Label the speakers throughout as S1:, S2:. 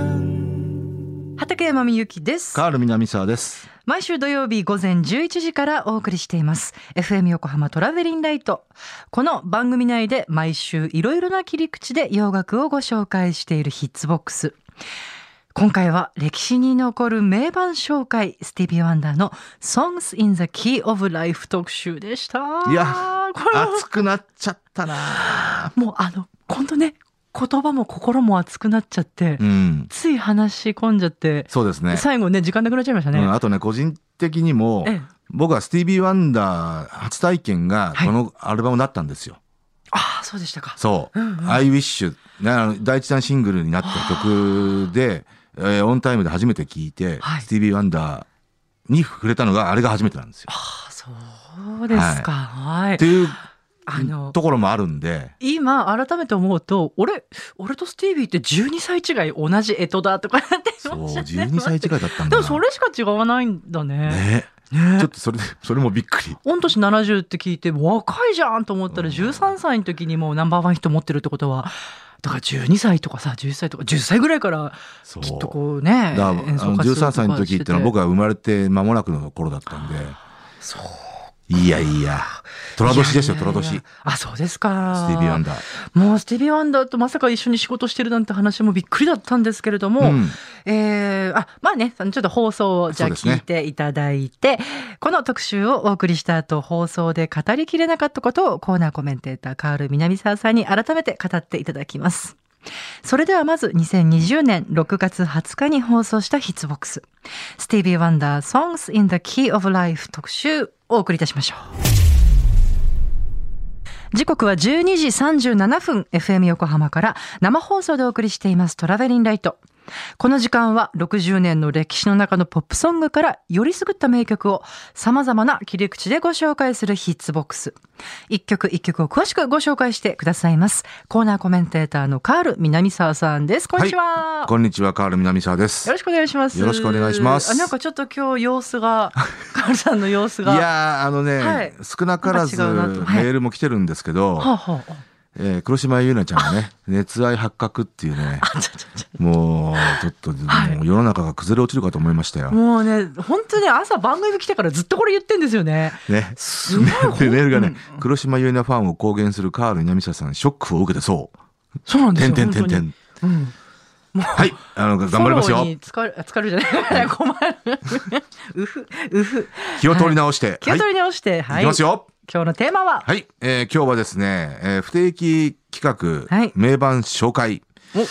S1: seven.
S2: 畠山みゆきです
S1: カール南沢です。
S2: 毎週土曜日午前11時からお送りしています FM 横浜トラベリンライトこの番組内で毎週いろいろな切り口で洋楽をご紹介しているヒッツボックス今回は歴史に残る名盤紹介スティービー・ワンダーの「Songs in the Key of Life」特集でした
S1: いや
S2: これは
S1: 熱くなっちゃったな。
S2: もうあの本当ね言葉も心も熱くなっちゃって、
S1: うん、
S2: つい話し込んじゃって、
S1: そうですね。
S2: 最後ね時間なくなっちゃいました
S1: う
S2: ね、
S1: ん、あとね個人的にも
S2: ええ
S1: 僕はスティービー・ワンダー初体験が
S2: はい
S1: このアルバムだったんですよ。
S2: ああそうでしたか
S1: そう
S2: うんう
S1: 「
S2: ん
S1: I Wish」ねあの第一弾シングルになった曲で、えーオンタイムで初めて聴いて、
S2: はい
S1: スティービー・ワンダーに触れたのがあれが初めてなんですよ。
S2: あそうですか。はい。
S1: っていう
S2: あの、
S1: ところもあるんで。
S2: 今改めて思うと、俺、俺とスティービーって12歳違い同じ干支だとかなって
S1: そう、
S2: 思っちゃって
S1: 12歳違いだったんだな。
S2: でもそれしか違わないんだね。
S1: ね。
S2: ね
S1: ちょっとそれで、それもびっくり。
S2: 御年70って聞いて若いじゃんと思ったら
S1: うん
S2: 13歳の時にもうナンバーワンヒット持ってるってことはだから12歳とかさ11歳とか10歳ぐらいから
S1: そう。
S2: きっとこうね
S1: だからあ
S2: 演奏
S1: の
S2: 活動とか
S1: 13歳の時ってのは僕
S2: は
S1: が生まれて間もなくの頃だったんで
S2: そう
S1: いやいや
S2: ラ
S1: 虎年ですよ虎
S2: ラ
S1: 年ステ
S2: あそうですか
S1: ィービー・ワンダー
S2: もうスティービー・ワンダーとまさか一緒に仕事してるなんて話もびっくりだったんですけれども、
S1: うん
S2: えーあまあねあのちょっと放送をじゃあ
S1: そうですね
S2: 聞いていただいて、この特集をお送りした後放送で語りきれなかったことをコーナーコメンテーターカール南沢さんに改めて語っていただきます。それではまず2020年6月20日に放送したヒッツボックス「スティービー・ワンダー Songs in the Key of Life」特集をお送りいたしましょう。時刻は12時37分 FM 横浜から生放送でお送りしていますトラベリンライト。この時間は60年の歴史の中のポップソングからよりすぐった名曲を様々な切り口でご紹介するヒッツボックス。一曲一曲を詳しくご紹介してくださいます。コーナーコメンテーターのカール南沢さんです。こんにちは。
S1: こんにちはカール南沢です
S2: よろしくお願いします。
S1: よろしくお願いします
S2: あなんかちょっと今日様 子が、カールさんの様子
S1: い
S2: が。
S1: やーあのね、
S2: はい
S1: 少なからずメ
S2: なんか違うなとはい
S1: ールも来てるんですけど、
S2: はあ、はあ、
S1: えー黒島優奈ちゃんがね熱愛発覚っていうね
S2: あちょちょちょ
S1: もうちょっと、
S2: はい
S1: もう世の中が崩れ落ちるかと思いましたよ。
S2: もうね、本当ね、朝番組来てからずっとこれ言ってんですよね。
S1: ね、
S2: すごいほん
S1: メールがね、黒島結菜ファンを公言するカール南沢さん、ショックを受けてそう。
S2: そうなんです
S1: て
S2: よ。
S1: んてんてんてん。
S2: 本当に。うん。
S1: はい、あの、頑張ります
S2: フォロ
S1: よ。
S2: ーに疲れ、疲れるじゃない。困る。うふ、うふ。
S1: 気を取り直して。
S2: 気を
S1: は
S2: 取
S1: い、
S2: り直して、はい
S1: きますよ。
S2: 今日のテーマは、
S1: はい、えー今日はですね、えー不定期企画、
S2: はい
S1: 名盤紹介。
S2: お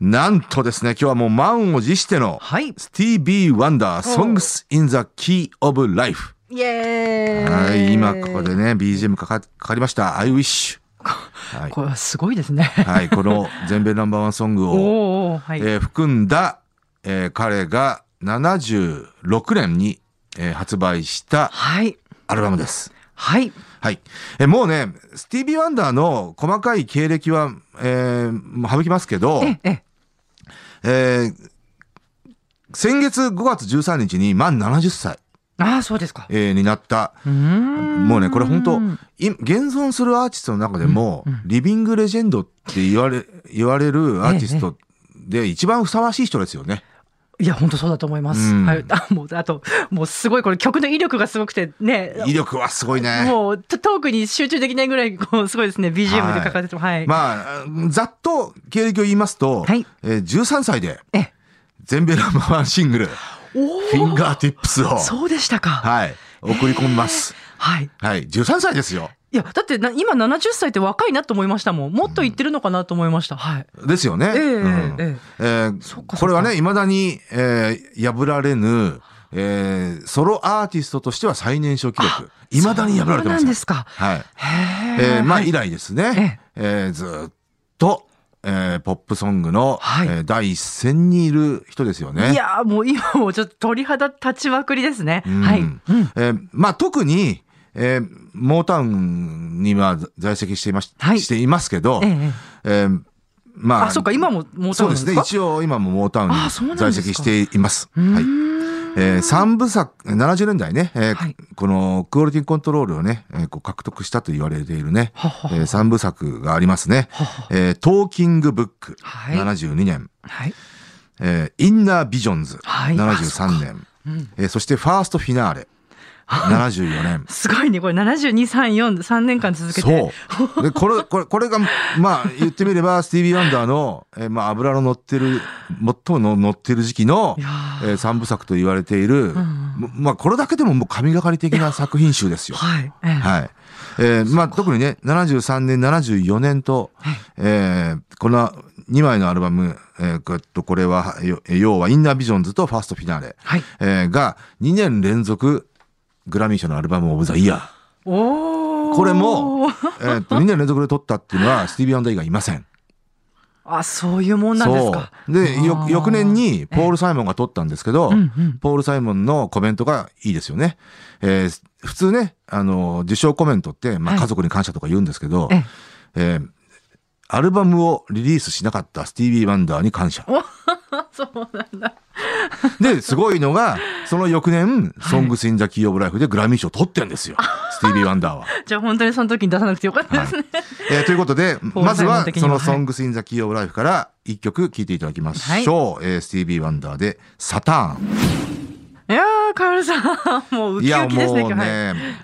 S1: なんとですね、今日はもう満を持しての、
S2: はい。
S1: スティービー・ワンダー、
S2: お
S1: Songs in the Key of Life。
S2: イエーイ。
S1: はい、今ここで。ね、BGM かかかかりました。I wish。はい
S2: これはすごいですね。
S1: はい、この全米ナンバーワンソング
S2: おー
S1: を、
S2: おー、はい。
S1: えー含んだ、えー彼が76年に、えー発売した
S2: はい。
S1: アルバムです。
S2: はい。
S1: はい。えーもうね、スティービー・ワンダーの細かい経歴は、えーもう省きますけど、
S2: え、え、
S1: えー先月5月13日に満70歳、
S2: ああ、そうですか。
S1: えーになった、
S2: うーん
S1: もうね、これ本当い現存するアーティストの中でも、リビングレジェンドって言われ、言われるアーティストで一番ふさわしい人ですよね。
S2: いや、本当そうだと思います。
S1: うん
S2: はい。あ、もう、あと、もうすごい、これ曲の威力がすごくて、ね。
S1: 威力はすごいね。
S2: もう、トトークに集中できないぐらい、こう、すごいですね。BGM で書かれても、はい。
S1: まあ、ざっと経歴を言いますと、
S2: はい
S1: えー13歳で
S2: え、
S1: 全米ナンバーワンシングル、
S2: お
S1: フィン
S2: ー
S1: ガーティップスを、
S2: そうでしたか。
S1: はい、送り込みます。
S2: はい。
S1: はい、13歳ですよ。
S2: いや、だってな、今70歳って若いなと思いましたもん。もっと言ってるのかなと思いました。はい。
S1: ですよね。
S2: ええ
S1: うん
S2: ええ
S1: えー
S2: そっかそっか
S1: これはね、いまだに、えー破られぬ、えーソロアーティストとしては最年少記録。いまだに破られてま
S2: そうな
S1: す
S2: ん
S1: よ。
S2: ですか。
S1: はい。
S2: へえ。
S1: えーまあ、
S2: はい
S1: 以来ですね。えーずーっと、えーポップソングの、
S2: はい
S1: えー第一線にいる人ですよね。
S2: いやー、もう今もうちょっと鳥肌立ちまくりですね。
S1: うん
S2: はい。うん
S1: えーまあ、特に、えーモータウンには在籍していまし,、
S2: はい
S1: していますけど、
S2: ええ。
S1: えーまあ、
S2: あ、そうか、今も、もう
S1: そうですね。
S2: 応。
S1: 一応今もモータウン
S2: あそう
S1: に
S2: なんで
S1: 在
S2: すか
S1: 籍しています。
S2: うー
S1: はい。
S2: ん
S1: えー、3部作、70年代ね、えー
S2: はい
S1: このクオリティコントロールをね、えーこう獲得したと言われているね、
S2: はは
S1: えー、3部作がありますね。
S2: はは
S1: えートーキングブック、
S2: はい
S1: 72年、
S2: はい。
S1: えーインナービジョンズ、
S2: はい
S1: 73年、
S2: うん
S1: えーそしてファーストフィナー レ、74年。
S2: すごいねこれ72343年間続けて
S1: そう。で、これ、これ、これが、まあ、言ってみれ ば、スティービー・ワンダーの、えーまあ、油の乗ってる、最もの乗ってる時期の
S2: いや、ー
S1: えー三部作と言われている、ままあ、これだけでももう神がかり的な作品集ですよ。
S2: はい、ええ
S1: はい。えーまあ、特にね、73年、74年と、えーこの2枚のアルバム、えーこうやっとこれは、よ要は、インナービジョンズとファーストフィナーレ、
S2: はい
S1: えーが2年連続グラミー賞のアルバムオブザイヤー。
S2: おお
S1: これも、えーっと、2年連続で撮ったっていうの は、スティービー・アンダー以外いません。
S2: あそういうもんなんですか
S1: そう。で、よ
S2: あー
S1: 翌年に、ポール・サイモンが撮ったんですけど、
S2: うんうん
S1: ポール・サイモンのコメントがいいですよね。えー普通ね、あの、受賞コメントって、まあ、
S2: はい
S1: 家族に感謝とか言うんですけど、
S2: ええ
S1: えーアルバムをリリースしなかったスティービー・ワンダーに感謝。
S2: そうなんだ
S1: で、すごいのが、その翌年、ソングス・イン・ザ・キー・オブ・ライフでグラミー賞取ってんですよ。スティービー・ワンダーは。
S2: じゃあ本当にその時に出さなくてよかった
S1: は
S2: で
S1: い
S2: すね、
S1: えーということで、
S2: ポー
S1: ま
S2: ルサ
S1: ず
S2: イモン
S1: は
S2: 的に
S1: そ
S2: は
S1: のソングスインザキーオブライフから一曲聴いていただきましょう。えースティービー・ワンダーでサターン。
S2: い、やーカエルさんもうウ
S1: い
S2: キ
S1: や、
S2: ウキですね
S1: もう
S2: 今日はい
S1: ね、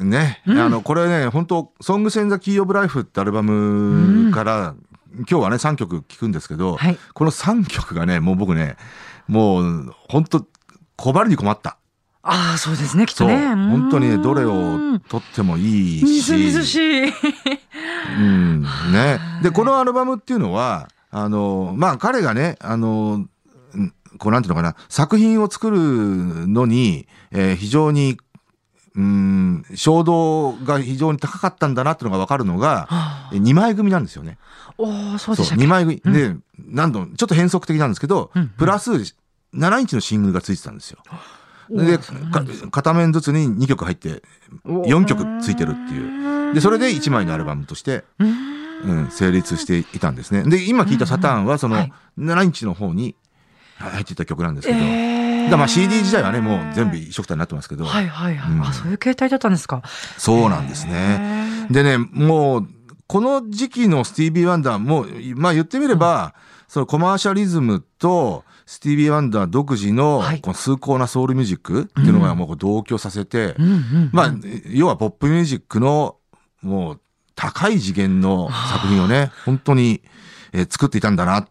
S1: ね、あの、これね、本当ソングスインザキーオブライフってアルバムから、今日はね、3曲聴くんですけど、
S2: はい
S1: この3曲がね、もう僕ね、もう本当困るに困った。
S2: ああそうですねきっ
S1: そ
S2: と
S1: う。
S2: ねん
S1: 本当にね、どれを取ってもいいし。
S2: みずみずしい
S1: うん、ね。で、このアルバムっていうのは、あの、まあ、彼がね、あの、うんこうなんていうのかな、作品を作るのに、えー非常に、うん、衝動が非常に高かったんだなっていうのが分かるのが、
S2: あ
S1: 2枚組なんですよね。
S2: おおそうでしたっけ
S1: 2枚組。で、何度、ちょっと変則的なんですけど、
S2: うんうん
S1: プラス7インチのシングルがついてたんですよ。
S2: おー
S1: で、
S2: そうなん
S1: か片面ずつに2曲入って、4曲ついてるっていう。で、それで1枚のアルバムとして、
S2: うーん
S1: うん、成立していたんですね。で、今聞いたサターンは、そ
S2: は
S1: の
S2: い、
S1: 7インチの方に入っていた曲なんですけど、だか
S2: えー
S1: らまあ CD 自体はね、もう全部一緒くたになってますけど、
S2: はいはいはい、
S1: うん
S2: あそういう形態だったんですか
S1: そうなんですね。でね、もう、この時期のスティービー・ワンダーも、まあ言ってみれば、そのコマーシャリズムと、スティービー・ワンダー独自の
S2: はい、
S1: この崇高なソウルミュージックっていうのがもうこう同居させて
S2: う、んうん
S1: まあ、要はポップミュージックの、もう、高い次元の作品をね、本当に、えー作っていたんだな、と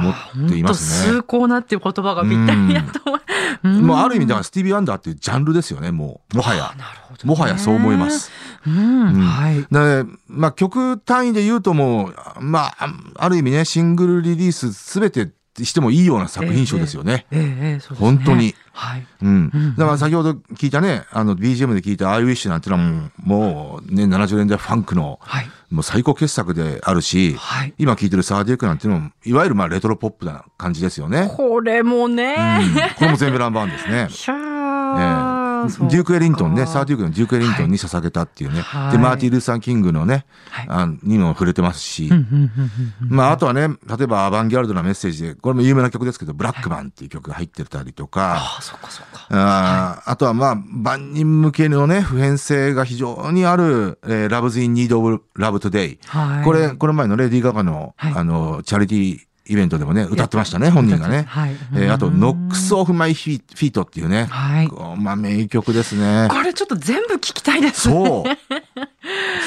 S1: 思っています
S2: 本
S1: ね。
S2: 当崇高なっていう言葉がぴったりだと思う。
S1: もうある意味、だ
S2: な
S1: からスティービー・ワンダーっていうジャンルですよね、もう。もはや。
S2: るほど、
S1: もはやそう思いま。す。
S2: うん、
S1: うん
S2: はい。
S1: なので、まあ、曲単位で言うともう、あまあ、あある意味ね、シングルリリースすべてしてもいいような作品賞ですよね。
S2: ええええそうですね。
S1: 本当に。
S2: はい。
S1: うん
S2: うん。
S1: だから先ほど聞いたね、あの、BGM で聞いた I wish なんてのはもう、もうね、70年代ファンクの、
S2: はい。
S1: もう最高傑作であるし、
S2: はい。
S1: 今聴いてるサーディークなんていうのも、いわゆるまあレトロポップな感じですよね。
S2: これもね。。
S1: うん、これも全部ナンバーワンですね
S2: ひゃ
S1: ええ
S2: ーそうか
S1: デューク・エリントンね、サーディークのデューク・エリントンに捧げたっていうね。
S2: はい
S1: で、マーティン・ルーサー・キングのね、
S2: はい
S1: あにも触れてますし、
S2: うんうんうんうんうん
S1: まあ、あとはね、例えばアバンギャルドなメッセージで、これも有名な曲ですけど、ブラックマンっていう曲が入ってたりとか、
S2: ああ、そっかそっか。
S1: あーあとはまあ、万人向けのね、普遍性が非常にある、えー、Love's in Need of Love Today。
S2: はい。
S1: これ、この前のレディー・ガガの、
S2: はい
S1: あの、チャリティーイベントでもね、歌ってましたね、本人がね。
S2: はい。
S1: えーあと、
S2: うん
S1: ノックス・オフ・マイ・フィートっていうね、
S2: はい。
S1: こうまあ、名曲ですね。
S2: これちょっと全部聞きたいです。
S1: そう。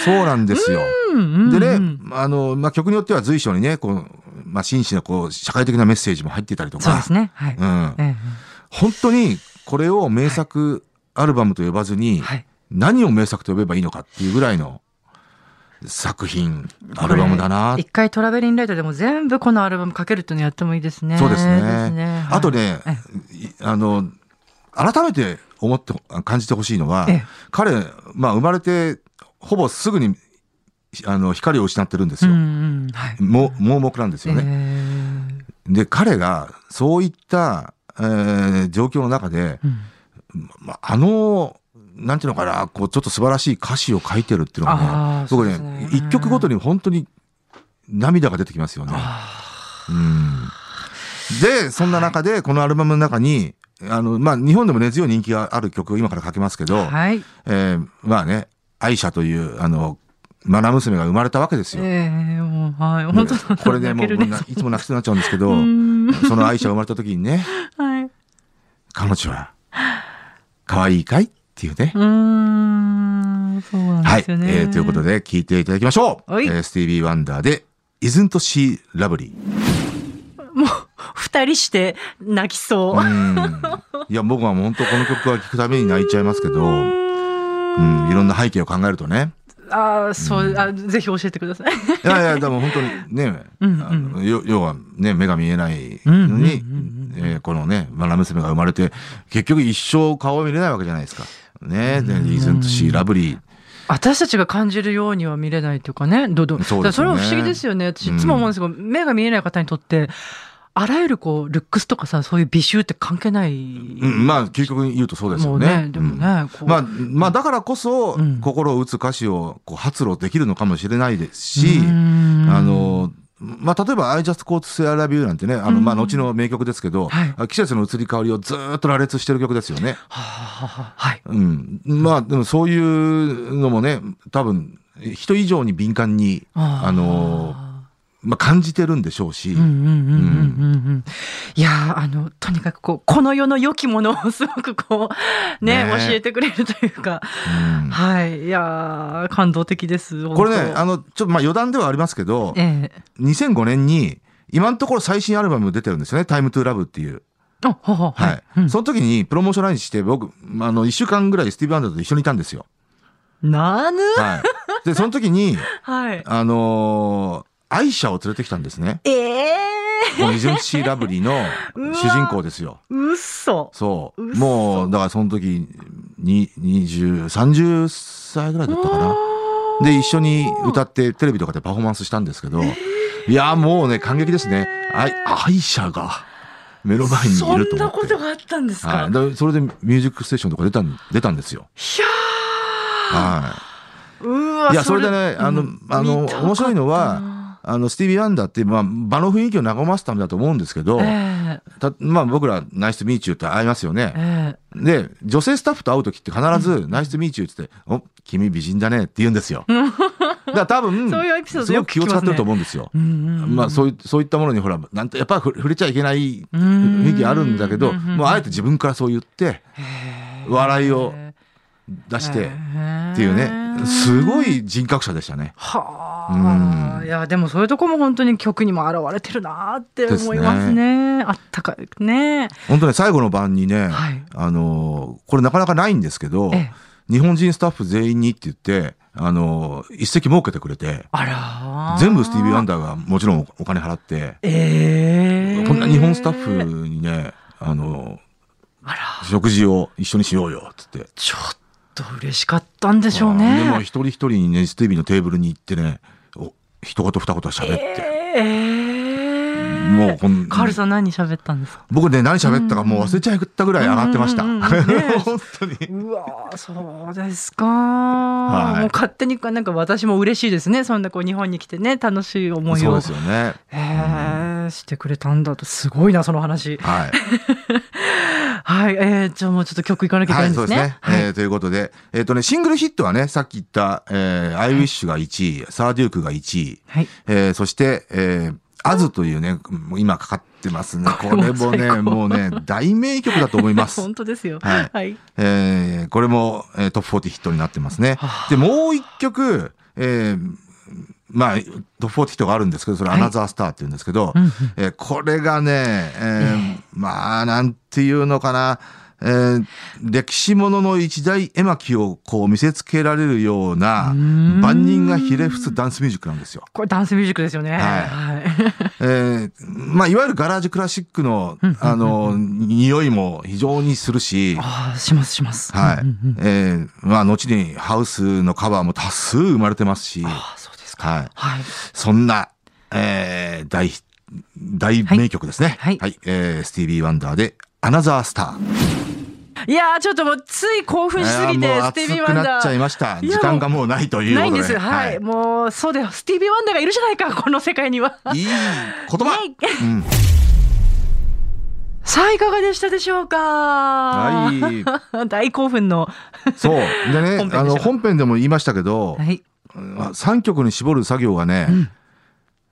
S1: そうなんですよ。
S2: うんうんうん。
S1: でね、あの、まあ、曲によっては随所にね、こう、まあ、真摯な、こう、社会的なメッセージも入っていたりと
S2: そうで
S1: か、
S2: すね。はい。
S1: うん
S2: え。え
S1: 本当に、これを名作アルバムと呼ばずに、
S2: はい。
S1: 何を名作と呼べばいいのかっていうぐらいの作品、アルバムだな
S2: 一回トラベリンライトでも全部このアルバムかけるっていうのやってもいいですね。
S1: そうですね。
S2: はい
S1: あとね
S2: え、
S1: いあの、改めて思って、感じてほしいのは
S2: ええ、
S1: 彼、まあ生まれて、ほぼすぐに、あの、光を失ってるんです
S2: うん
S1: よ。
S2: うんはい。
S1: も盲目なんですよね。
S2: え
S1: で、彼が、そういった、えー状況の中で、
S2: ーうん
S1: まああの、なんていうのかな、こう、ちょっと素晴らしい歌詞を書いてるっていうのが
S2: あ
S1: ね
S2: ー、
S1: 僕
S2: そうで
S1: ね、
S2: すね
S1: 一曲ごとに本当に涙が出てきますよね。
S2: あ
S1: うんで、そんな中で、このアルバムの中に、あの、まあ、日本でも根強い人気がある曲を今からかけますけど、
S2: はい。
S1: えーまあね、愛車という、あの、マナ娘が生まれたわけですよ。
S2: えー、もう、はい。本当だ。
S1: でこれね、も
S2: 泣け
S1: う、
S2: るね
S1: いつも泣きそうになっちゃうんですけど
S2: う、ん。
S1: その愛車が生まれた時にね、
S2: はい。う
S1: 彼女は、可愛いかいっていうね。
S2: ーん。そうなん
S1: は
S2: で
S1: い。
S2: す
S1: え
S2: よね。
S1: ーということ。で、聞いていただきましょう。
S2: はい
S1: えースティービー・ワンダーで、Isn't She Lovely?
S2: 二人して泣きそう
S1: う。ん。いや、僕はもう本当この曲は聴くために泣いちゃいますけど、うん、いろんな背景を考えるとね。
S2: ああ、そう、あ、ぜひ教えてください。
S1: いやいや、でも本当にね、
S2: うん
S1: あのよ要はね、目が見えない
S2: うんうん
S1: の
S2: うんうん
S1: に、えーこのね、まな娘が生まれて、結局一生顔を見れないわけじゃないですか。ね、で、リーズンとシーラブリー。
S2: 私たちが感じるようには見れないというかね、どうどう。
S1: そうですよね
S2: だからそれは不思議ですよね。私いつも思うんですけど、目が見えない方にとって、あらゆるこう、ルックスとかさ、そういう美醜って関係ない。
S1: うん、まあ、究極に言うとそうです
S2: も
S1: よ
S2: う
S1: ね。
S2: ね、でも
S1: うん
S2: ね、こう。
S1: まあ、まあ、だからこそ、
S2: うん
S1: 心を打つ歌詞をこう発露できるのかもしれないですし、
S2: うん
S1: あの、まあ、例えば、I just caught say I love you なんてね、あの、まあ、後の名曲ですけど、
S2: は
S1: 季節の移り変わりをずーっと羅列してる曲ですよね。
S2: はあはあはあはい。
S1: うん、まあでもそういうのもね多分人以上に敏感にあの、まあ、感じてるんでしょうし、
S2: うんうんうんうんうんうん。いやーあの、とにかくこう、この世の良きものをすごくこう、ね、
S1: ね
S2: 教えてくれるというか、
S1: うん
S2: はい、いやー感動的です。
S1: これねあの
S2: の、
S1: ちょっとまあ余談ではありますけど
S2: ええ
S1: 2005年に今のところ最新アルバム出てるんですよね「Time to Love」っていう、
S2: あほうほう
S1: はい
S2: うん
S1: その時にプロモーションラインして僕あの1週間ぐらいスティーブ・アンダーと一緒にいたんですよ。
S2: なぬ
S1: はい、でその時に、
S2: はい。
S1: あのーアイシャを連れてきたんですね。
S2: ええ
S1: このイゼンシー・ラブリーの主人公ですよ。
S2: ー、嘘。
S1: そう。
S2: 嘘
S1: もう、だからその時、に、二十、三十歳ぐらいだったかな。で、一緒に歌ってテレビとかでパフォーマンスしたんですけど、いや、もうね、感激ですね。愛、愛者が目の前にい
S2: そ
S1: る
S2: ん
S1: と思
S2: な
S1: って。
S2: ことがあったんですか。
S1: はい
S2: いや
S1: だ。それでミュージックステーションとか出たん、出たんですよ。は
S2: ーうわ
S1: い。いや、それでね、あの
S2: うん、
S1: あの、
S2: 見たかったな
S1: 面白いのは、あの、スティービー・ワンダーって、まあ、場の雰囲気を和ますためだと思うんですけど、
S2: え
S1: たまあ、僕ら、ナイス・ミーチューって会いますよね。
S2: ええ
S1: で、女性スタッフと会うときって必ず、ナイスとミーチューって言って、お、君美人だねって言うんですよ。だから多分、
S2: そういうエピソー
S1: す
S2: ド
S1: ご
S2: よ
S1: く
S2: く
S1: 気
S2: 聞
S1: を
S2: きま
S1: 使っ
S2: すね
S1: てると思うんですよ。
S2: えうんうんうん
S1: まあ、そういう、そういったものにほら、なんと、やっぱり触れちゃいけない
S2: ん
S1: 雰囲気あるんだけど、
S2: うんうんうん
S1: もうあえて自分からそう言って、笑いを出して、っていうね、すごい人格者でしたね。
S2: は
S1: う
S2: あ、
S1: ん
S2: いやでもそういうとこも本当に曲にも表れてるなって思いますねあったかいね
S1: 本当ね、最後の晩にね、
S2: はい
S1: あのーこれなかなかないんですけど、
S2: ええ
S1: 日本人スタッフ全員にって言って、あのー一席設けてくれて、
S2: あら
S1: 全部スティービー・ワン
S2: ダー
S1: ダーがもちろんお金払って、
S2: ええ
S1: こんな日本スタッフにね、あの、
S2: あら
S1: 食事を一緒にしようよ、っつって。
S2: ちょっと嬉しかったんでしょうね
S1: でも一人一人にね、スティービーのテーブルに行ってね、お一言二言喋って。
S2: ええ
S1: もうこん
S2: カールさん何喋ったんですか
S1: 僕ね、何喋ったかもう忘れちゃったぐらい上がってました。
S2: うんうんうんうんね
S1: 本当に。
S2: うわーそうですか、もう勝手になんか私も嬉しいですねそんなこう日本に来てね楽しい思い
S1: そう
S2: を
S1: ですよね。
S2: へえ、してくれたんだと、すごいな、その話。
S1: はい。
S2: はい、えー、じゃあもうちょっと曲いかなきゃいけ
S1: は
S2: ない
S1: い、
S2: ん
S1: そ
S2: で
S1: うで
S2: す
S1: すね
S2: ね。。はい、
S1: えーということで、えっ、とね、シングルヒットはね、さっき言った、えー、アイウィッシュが1位、サーデュークが1位、
S2: はい
S1: えーそして、えーアズというね、もう今かかってますね。こ
S2: こ
S1: れも
S2: れも
S1: ね、
S2: 最高
S1: もうね、大名曲だと思いま す
S2: 本。当ですよ。
S1: はい
S2: はい。
S1: えーこれも、えートップ40ヒットになってますね。で、もう一曲、えーまあ、トップ40ヒットがあるんですけど、それ、ア
S2: はい
S1: ナザースターって言うんですけど、えーこれがね、えーまあ、なんていうのかな、えー歴史ものの一大絵巻をこう見せつけられるような、万人がひれ伏すダンスミュージックなんですよ。
S2: これダンスミュージックですよね。。
S1: はいえーまあ、いわゆるガラージュクラシックの、あの、匂いも非常にするし、
S2: ああ、しますします。
S1: はい
S2: うんうんうん。
S1: えーまあ、後にハウスのカバーも多数生まれてますし、
S2: ああ、そうですか。
S1: はい。
S2: はい。
S1: そんな、えー大ヒ、大名曲ですね。
S2: はい
S1: えースティービー・ワンダーで、アナザースター。
S2: いやー、ちょっともうつい興奮しすぎ
S1: いやーもう
S2: て、スティービー・ワン
S1: 熱くな
S2: ダ
S1: っちゃい
S2: ー。
S1: ました。
S2: いや
S1: 時間がもうないというこ
S2: な
S1: とで。
S2: いんです。はい。もう、そうだよ。スティービー・ワンダーがいるじゃないか、この世界には。
S1: いい言葉
S2: イェイ
S1: うん
S2: スさあいかがでしたでしょうか、
S1: はい。
S2: 大興奮の
S1: そう。でね、
S2: 本編でした
S1: あの、本編でも言いましたけど、
S2: はい
S1: 3曲に絞る作業がね、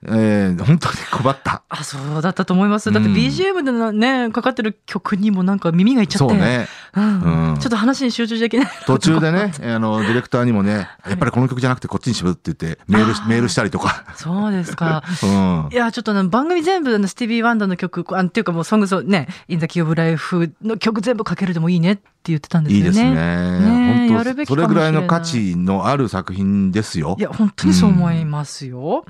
S1: えー本当に困った。
S2: あそうだったと思いますだって
S1: うん
S2: BGM でなねかかってる曲にもなんか耳がいっちゃっ
S1: そ
S2: て
S1: うね。
S2: うん
S1: うん
S2: ちょっと話に集中できない
S1: 途中 でね、あの、ディレクターにもね、やっぱりこの曲じゃなくてこっちに絞るって言って、メールし、メールしたりとか。
S2: そうですか
S1: うん
S2: い。やちょっとあの番組全部のスティービー・ワンダの曲あっていうかもう「ソングスをね「インザ・キー・オブ・ライフ」の曲全部かけるでもいいねって言ってたんです
S1: いいで
S2: よね
S1: すね。
S2: ねやる
S1: 本
S2: べ
S1: 当そ
S2: きかもしれな
S1: れ
S2: い
S1: ぐらいの価値のある作品ですよ
S2: い。や、本当にそう思いますよ。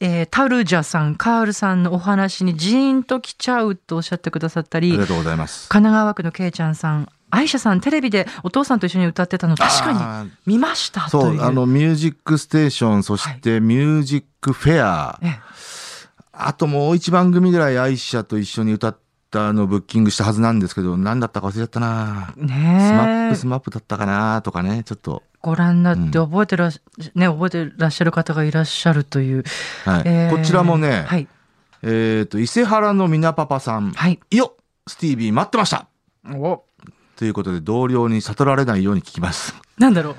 S2: えータルジャさん、カールさんのお話にジーンときちゃうとおっしゃってくださった
S1: あ
S2: り、
S1: り
S2: 神
S1: がとうございます。
S2: 奈川区のけいちゃんさん、アイシャさん、テレビでお父さんと一緒に歌ってたの、確か
S1: かに。
S2: に見ました
S1: そ、
S2: というう。
S1: あの、ミュージックステーション、そしてミュージックフェア、
S2: ええ
S1: あともう一番組ぐらい愛車と一緒に歌ったのをブッキングしたはずなんですけど、何だったか忘れちゃったな。スマッ
S2: ね
S1: プ
S2: え
S1: スマップだったかなとかね、ちょっと。
S2: ご覧になって覚えてらっし、ね、覚えてらっしゃる方がいらっしゃるという、
S1: はい
S2: えー
S1: こちらもね、
S2: はい
S1: えっ、と、伊勢原のみなパパさん、
S2: はい
S1: よっスティービー待ってました
S2: お
S1: ということで、同僚に悟られないように聞き ます。
S2: なんだろう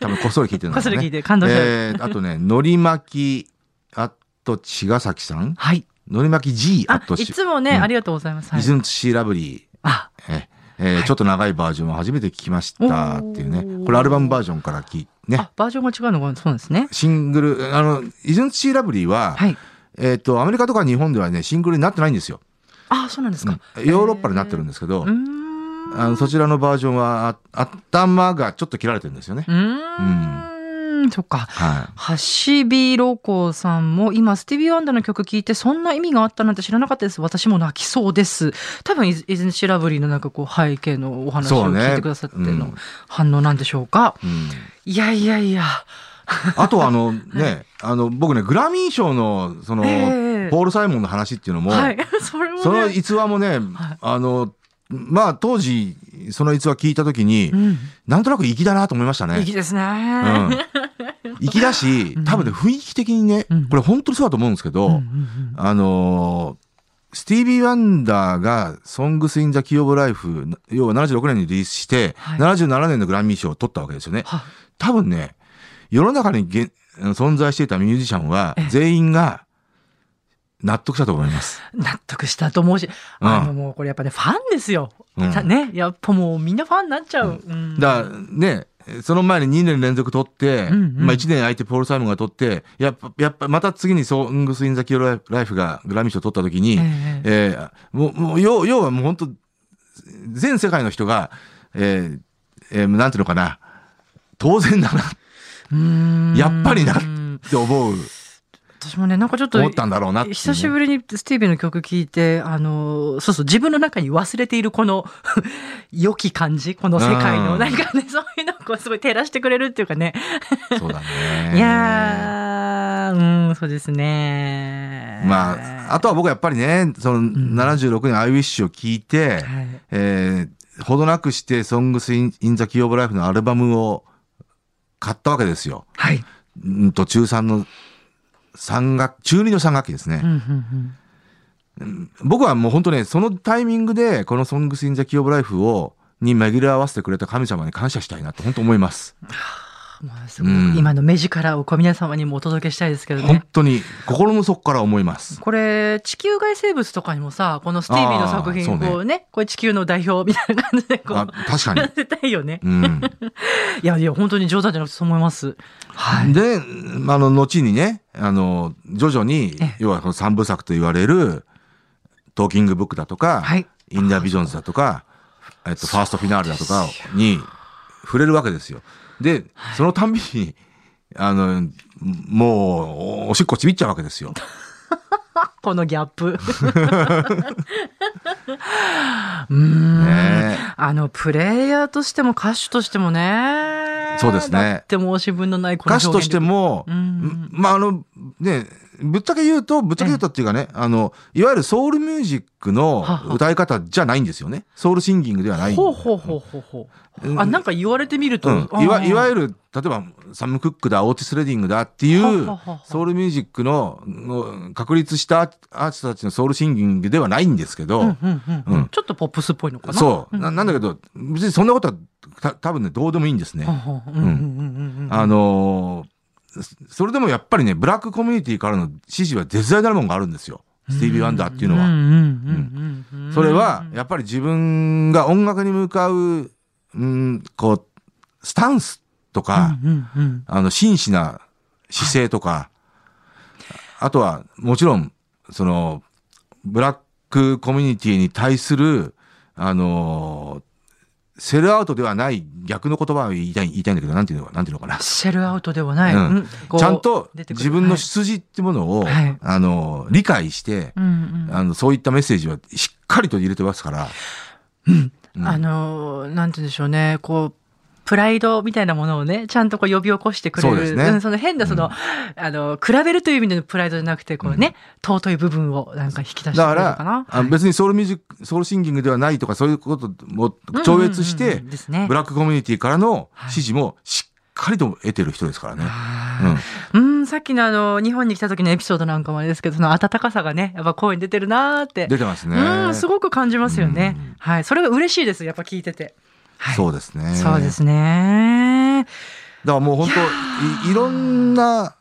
S1: 多分こっそり聞いてるんだ
S2: こっ
S1: ろ
S2: そうり
S1: ね
S2: 聞いて感動しちゃう、
S1: えーあとね、のり巻き、あと、茅ヶ崎さん。
S2: はい
S1: のり巻き G、あ
S2: あ
S1: と
S2: い
S1: し、
S2: つもね、
S1: うん
S2: ありがとうございます、はい
S1: イズンツシーラブリ
S2: あ
S1: ー。ええーちょっと長いバージョンを初めて聞きましたっていう
S2: おー
S1: ね。これアルバムバージョンからき、ね。
S2: あバージョンが違うのがそうなんですね
S1: シングル、あの、イズンツシーラブリーは、
S2: はい
S1: えっ、と、アメリカとか日本ではね、シングルになってないんですよ。
S2: あそうなんですか、
S1: うんヨーロッパでなってるんですけど、
S2: うーん
S1: あのそちらのバージョンは、あ頭がちょっと切られてるんですよね。
S2: うーん、そっか。
S1: は
S2: ハシビロコさんも今スティービー・ワンダの曲聴いてそんな意味があったなんて知らなかったです私も泣きそうです多分イズイズンシラブリーのなんかこう背景のお話を
S1: そうね
S2: 聞いてくださって
S1: う
S2: の
S1: ん
S2: 反応なんでしょうか、
S1: い。うん
S2: いやいやいや
S1: あと あのね、あの僕ね、グラミー賞の、その、
S2: ええ
S1: ポール・サイモンの話っていうのも、
S2: はい それ
S1: そ
S2: も
S1: の
S2: ね
S1: 逸話もね、
S2: はい
S1: あの、まあ当時、その逸話聞いたときに、
S2: うん
S1: なんとなく粋だなと思いましたね。
S2: いいですね、
S1: うん。粋だし、多分ね、雰囲気的にね
S2: うん、
S1: これ本当にそうだと思うんですけど、
S2: うんうんうん
S1: あのースティービー・ワンダーが「ソングス・イン・ザ・キー・オブ・ライフ」要は76年にリリースして、
S2: はい
S1: 77年のグラミー賞を取ったわけですよね。
S2: は
S1: 多分ね世の中に現存在していたミュージシャンは
S2: ええ
S1: 全員が納得したと思います。
S2: 納得したと思うし、あの
S1: うん
S2: もうこれやっぱねファンですよ、
S1: うん
S2: たねやっぱもうみんなファンになっちゃう、うん
S1: だからねその前に2年連続取って、
S2: うんうん
S1: まあ、1年相手ポール・サイモンが取ってやっぱやっぱまた次に「ソングス・イン・ザ・キー・オブ・ライフ」がグラミー賞を取った時に、
S2: ええ
S1: えーもう、もう、要要はもう本当、全世界の人が、えーえーなんていうのかな、当然だなっ
S2: うーん
S1: やっぱりなて思う、
S2: 私もねなんかちょっと
S1: 思ったんだろうなっていうね、
S2: 久しぶりにスティービーの曲聴いてあのそうそう自分の中に忘れているこの 良き感じこの世界
S1: う
S2: の
S1: ん
S2: なんかねそういうのをこうすごい照らしてくれるっていうかね、
S1: そうだね。
S2: いやーうんそうですね
S1: まあ、あとは僕はやっぱりね、その76年 I wish を聞いて、
S2: はい
S1: えーほどなくして、ソングスイン・ザ・キー・オブ・ライフのアルバムを買ったわけですよ。
S2: はい、
S1: うんと、中3の三学、中2の3学期ですね。
S2: うんうんうん、
S1: 僕はもう本当ね、そのタイミングで、このソングスインザキーオブライフを、に紛れ合わせてくれた神様に感謝したいなと本当思います。
S2: もうすごく
S1: うん
S2: 今の目力を小皆様にもお届けしたいですけど
S1: 本
S2: ね。
S1: 当に心の底から思います。
S2: これ地球外生物とかにもさこのスティービーの作品
S1: あーそうね
S2: こうねこれ地球の代表みたいな感じでこ
S1: あ
S2: う
S1: 確 かに
S2: やっ。てたいよね。
S1: うん、
S2: いやいや本当に冗談じゃなくてそう思います。はい。
S1: で、あの、後にね、あの、徐々に
S2: ええ、
S1: 要はこの三部作と言われる、トーキングブックだとか、
S2: はい
S1: インダービジョンズだとか、えっと、ファーストフィナーレだとかに触れるわけですよ。で、そのたんびに、あの、もう、おしっこちびっちゃうわけですよ。
S2: このギャッ プ。うーん。
S1: ねえ
S2: あのプレイヤーとしても歌手としてもね。
S1: そうですね
S2: だって申し分のないこの
S1: 歌手として
S2: も。
S1: も、
S2: うん
S1: まああのねぶっちゃけ言うと、ぶっちゃけ言うとっていうかね、あの、いわゆるソウルミュージックの
S2: はは
S1: 歌い方じゃないんですよね。ソウルシンギングではない。
S2: ほうほうほうほうほう。あ、なんか言われてみると。
S1: うん、いわいわ
S2: る。
S1: ゆる例えばサム・クックだオーティス・レディングだってい
S2: はは
S1: う
S2: はは
S1: ソウルミュージックのの確立したアーティストたちのソウルシンギングではないんですけど、
S2: うんうんうん
S1: うん
S2: ちょっとポップスっぽいのかな。
S1: そう
S2: うん
S1: ななんだけど別にそんなことはた多分ねどうでもいいんですね。
S2: ははうんうんうんうん
S1: あのーそそれでもやっぱりねブラックコミュニティからの支持は絶大なるものがあるんですよスティービー・ワンダーっていうのは。
S2: んんうんうん
S1: それはやっぱり自分が音楽に向かう、うん、こうスタンスとか、
S2: うんうんうん
S1: あの、真摯な姿勢とか、あとは、もちろん、その、ブラックコミュニティに対する、あのーセルアウトではない逆の言葉を言いたい、言いたいんだけど、なんていうのか、なんていうのかな。
S2: シェルアウトではない。
S1: うん
S2: うんこう
S1: ちゃんと
S2: 出てくる
S1: 自分の
S2: はい
S1: 出自ってものを、
S2: はい
S1: あのー理解して、
S2: うんうん
S1: あの、そういったメッセージはしっかりと入れてますから、うん
S2: あのーなんて言うんでしょうねこうプライドみたいなものをねちゃんとこう呼び起こしてくれる
S1: そうですね
S2: んその変なその、あの比べるという意味でのプライドじゃなくてこうね、尊い部分をなんか引き出してく
S1: だか
S2: れるの
S1: ら、
S2: かな。
S1: あ別にソウルミュージック、ソウルシンギングではないとか、そういうことも超越して、
S2: うんうんうんうんですね
S1: ブラックコミュニティからの支持もしっかりと得てる人ですからね。
S2: あーうん、さっきのあの日本に来た時のエピソードなんかもあれですけどその温かさがねやっぱ声に出てるなーって
S1: 出てますね。
S2: うんすごく感じますよね、
S1: うん
S2: はいそれが嬉しいですやっぱ聞いてて、はい、
S1: そうですね。
S2: そうですね
S1: だからもう本当いいろんな、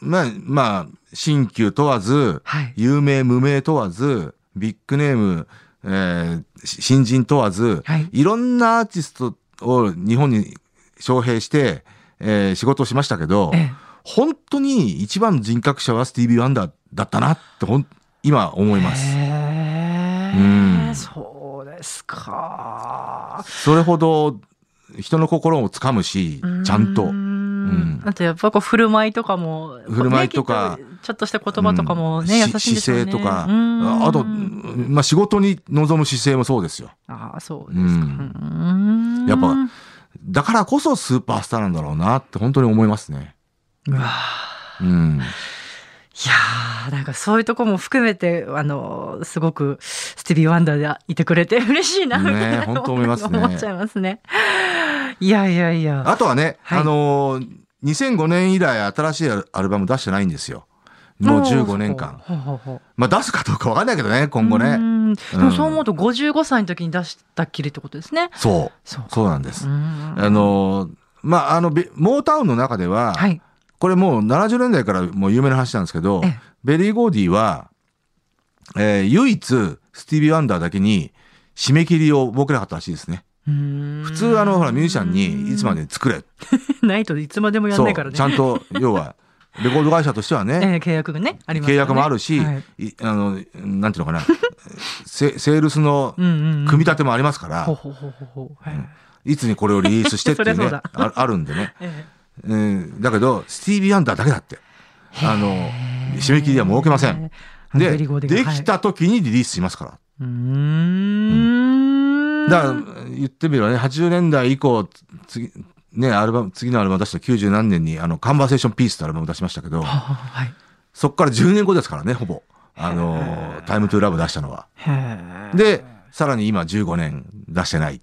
S1: まあ、まあ、新旧問わず、
S2: はい
S1: 有名無名問わず、ビッグネーム、えーし新人問わず、
S2: はい
S1: いろんなアーティストを日本に招聘して、えー仕事をしましたけど、
S2: ええ
S1: 本当に一番の人格者はスティービー・ワンダーだったなってほん今思います。
S2: へ
S1: う
S2: え、
S1: ん
S2: そうですか。
S1: それほど人の心をつかむし、ちゃんと
S2: う。
S1: ん
S2: あとやっぱこう振る舞いとかも、
S1: 振る舞いとか
S2: ねきっちょっとした言葉とかもね、
S1: うん
S2: 優しいんでしょうね。
S1: 姿勢とか、
S2: うん
S1: あと、まあ、仕事に臨む姿勢もそうですよ。
S2: ああ、そうですか。うん
S1: やっぱだからこそスーパースターなんだろうなって本当に思いますね。
S2: うわ
S1: うん。
S2: いやーなんかそういうとこも含めて、あの、すごくスティービー・ワンダーでいてくれて 嬉しいな、み
S1: ねえ
S2: たいな
S1: 本当思いますね
S2: 思っちゃいますね。いやいやいや。
S1: あとはね、
S2: はい
S1: あのー2005年以来新しいアルバム出してないんですよ。もう15年間。
S2: ほうほうほう
S1: まあ出すかどうかわかんないけどね、今後
S2: う
S1: ね。
S2: んでもそう思うと55歳の時に出したっきりってことですね。
S1: そう。
S2: そうか。
S1: そうなんです。
S2: うん
S1: あのーまあ、あの、ベモータウンの中では、
S2: はい。
S1: これもう70年代からもう有名な話なんですけど
S2: ええ、
S1: ベリー・ゴーディは、えー唯一、スティービー・ワンダーだけに、締め切りを設けなかったらしいですね。
S2: 普
S1: 普通、あの、ほら、ミュージシャンに、いつまで作れ。
S2: ないといつまでもやん
S1: そ
S2: な
S1: う。
S2: いからね。
S1: ちゃんと、要 は、レコード会社としてはね、
S2: ええ契約がね、あります
S1: 契約もあるし、
S2: はい
S1: いあの、なんていうのかな、 セセールスの
S2: うんうんうん。
S1: 組み立てもありますから、
S2: ほうほうほうほうほう。はい
S1: いつにこれをリリースしてっていう
S2: そり
S1: ね、
S2: ゃそう
S1: あ
S2: だ
S1: あるんでね。
S2: え
S1: うん、だけど、スティービー・アンダーだけだって。あの、締め切りは設けません。
S2: え
S1: で、
S2: ベリーゴーディン
S1: で
S2: が
S1: き。た時にリリースしますから。
S2: はいうん。
S1: だから、言ってみればね、80年代以降、次、ね、アルバム、次のアルバム出した90何年に、あの、カンバーセーションピースってアルバム出しましたけど、
S2: はあはい。
S1: そっから10年後ですからね、ほぼ。あの、タイムトゥーラブ出したのは。
S2: へえ
S1: で、さらに今15年出してない。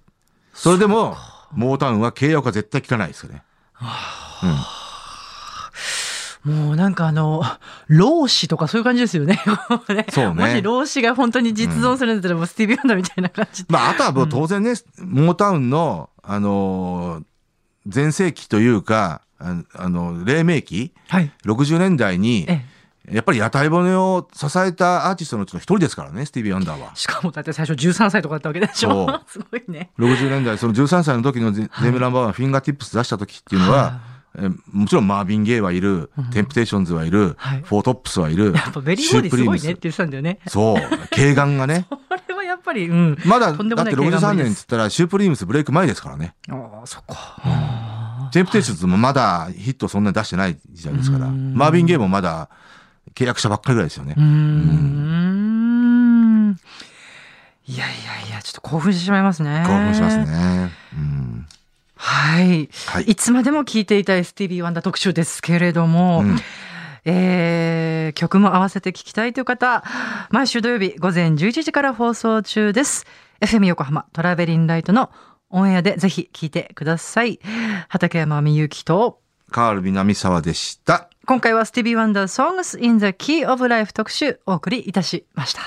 S1: それでも、モータウンは契約は絶対聞かないですよね。
S2: もうなんかあの、老子とかそういう感じですよね。
S1: そうね
S2: もし老子が本当に実存するんだったら、もうスティービー・ワンダーみたいな感じで。
S1: まあ、あとはもう当然ね、モータウンの、あのー前世紀というか、ああの、黎明期、
S2: はい。
S1: 60年代に
S2: え、え
S1: やっぱり屋台骨を支えたアーティストのうちの一人ですからね、スティービー・ワンダーは。
S2: しかもだって最初13歳とかだったわけでしょ
S1: そう
S2: すごいね。
S1: 60年代、その13歳の時のゼ,、ミランバーワン、フィンガーティップス出した時っていうの
S2: は
S1: は、えーもちろんマービン・ゲイはいる、テンプテーションズはいる、
S2: はい
S1: フォートップスはいる、
S2: やっぱベリーゴーディすごいね
S1: シ
S2: っ
S1: ュ
S2: て言ってたんだよね。
S1: そう、軽眼が ね。
S2: これはやっぱり、うん。
S1: まだ、だっ
S2: と
S1: て
S2: んでもない軽眼ぶ
S1: 63
S2: り
S1: 年って
S2: です
S1: 言ったら、シュープリームスブレイク前ですからね。
S2: ああ、そっか。
S1: テンプテーションズもまだヒットそんなに出してない時代ですから、
S2: うん
S1: マービン・ゲイもまだ契約者ばっかりぐらいですよね
S2: うー。ん。いやいやいや、ちょっと興奮してしまいますね。
S1: 興奮します。ね。うん。
S2: はい。
S1: はい
S2: い、つまでも聞いていたいスティービー・ワンダー特集ですけれども、
S1: うん
S2: えー曲も合わせて聴きたいという方、毎週土曜日午前11時から放送中です。FM 横浜トラベリンライトのオンエアでぜひ聴いてください。畠山みゆきと、
S1: カール南沢でした。
S2: 今回はスティービー・ワンダー・ソングス・イン・ザ・キー・オブ・ライフ特集お送りいたしました。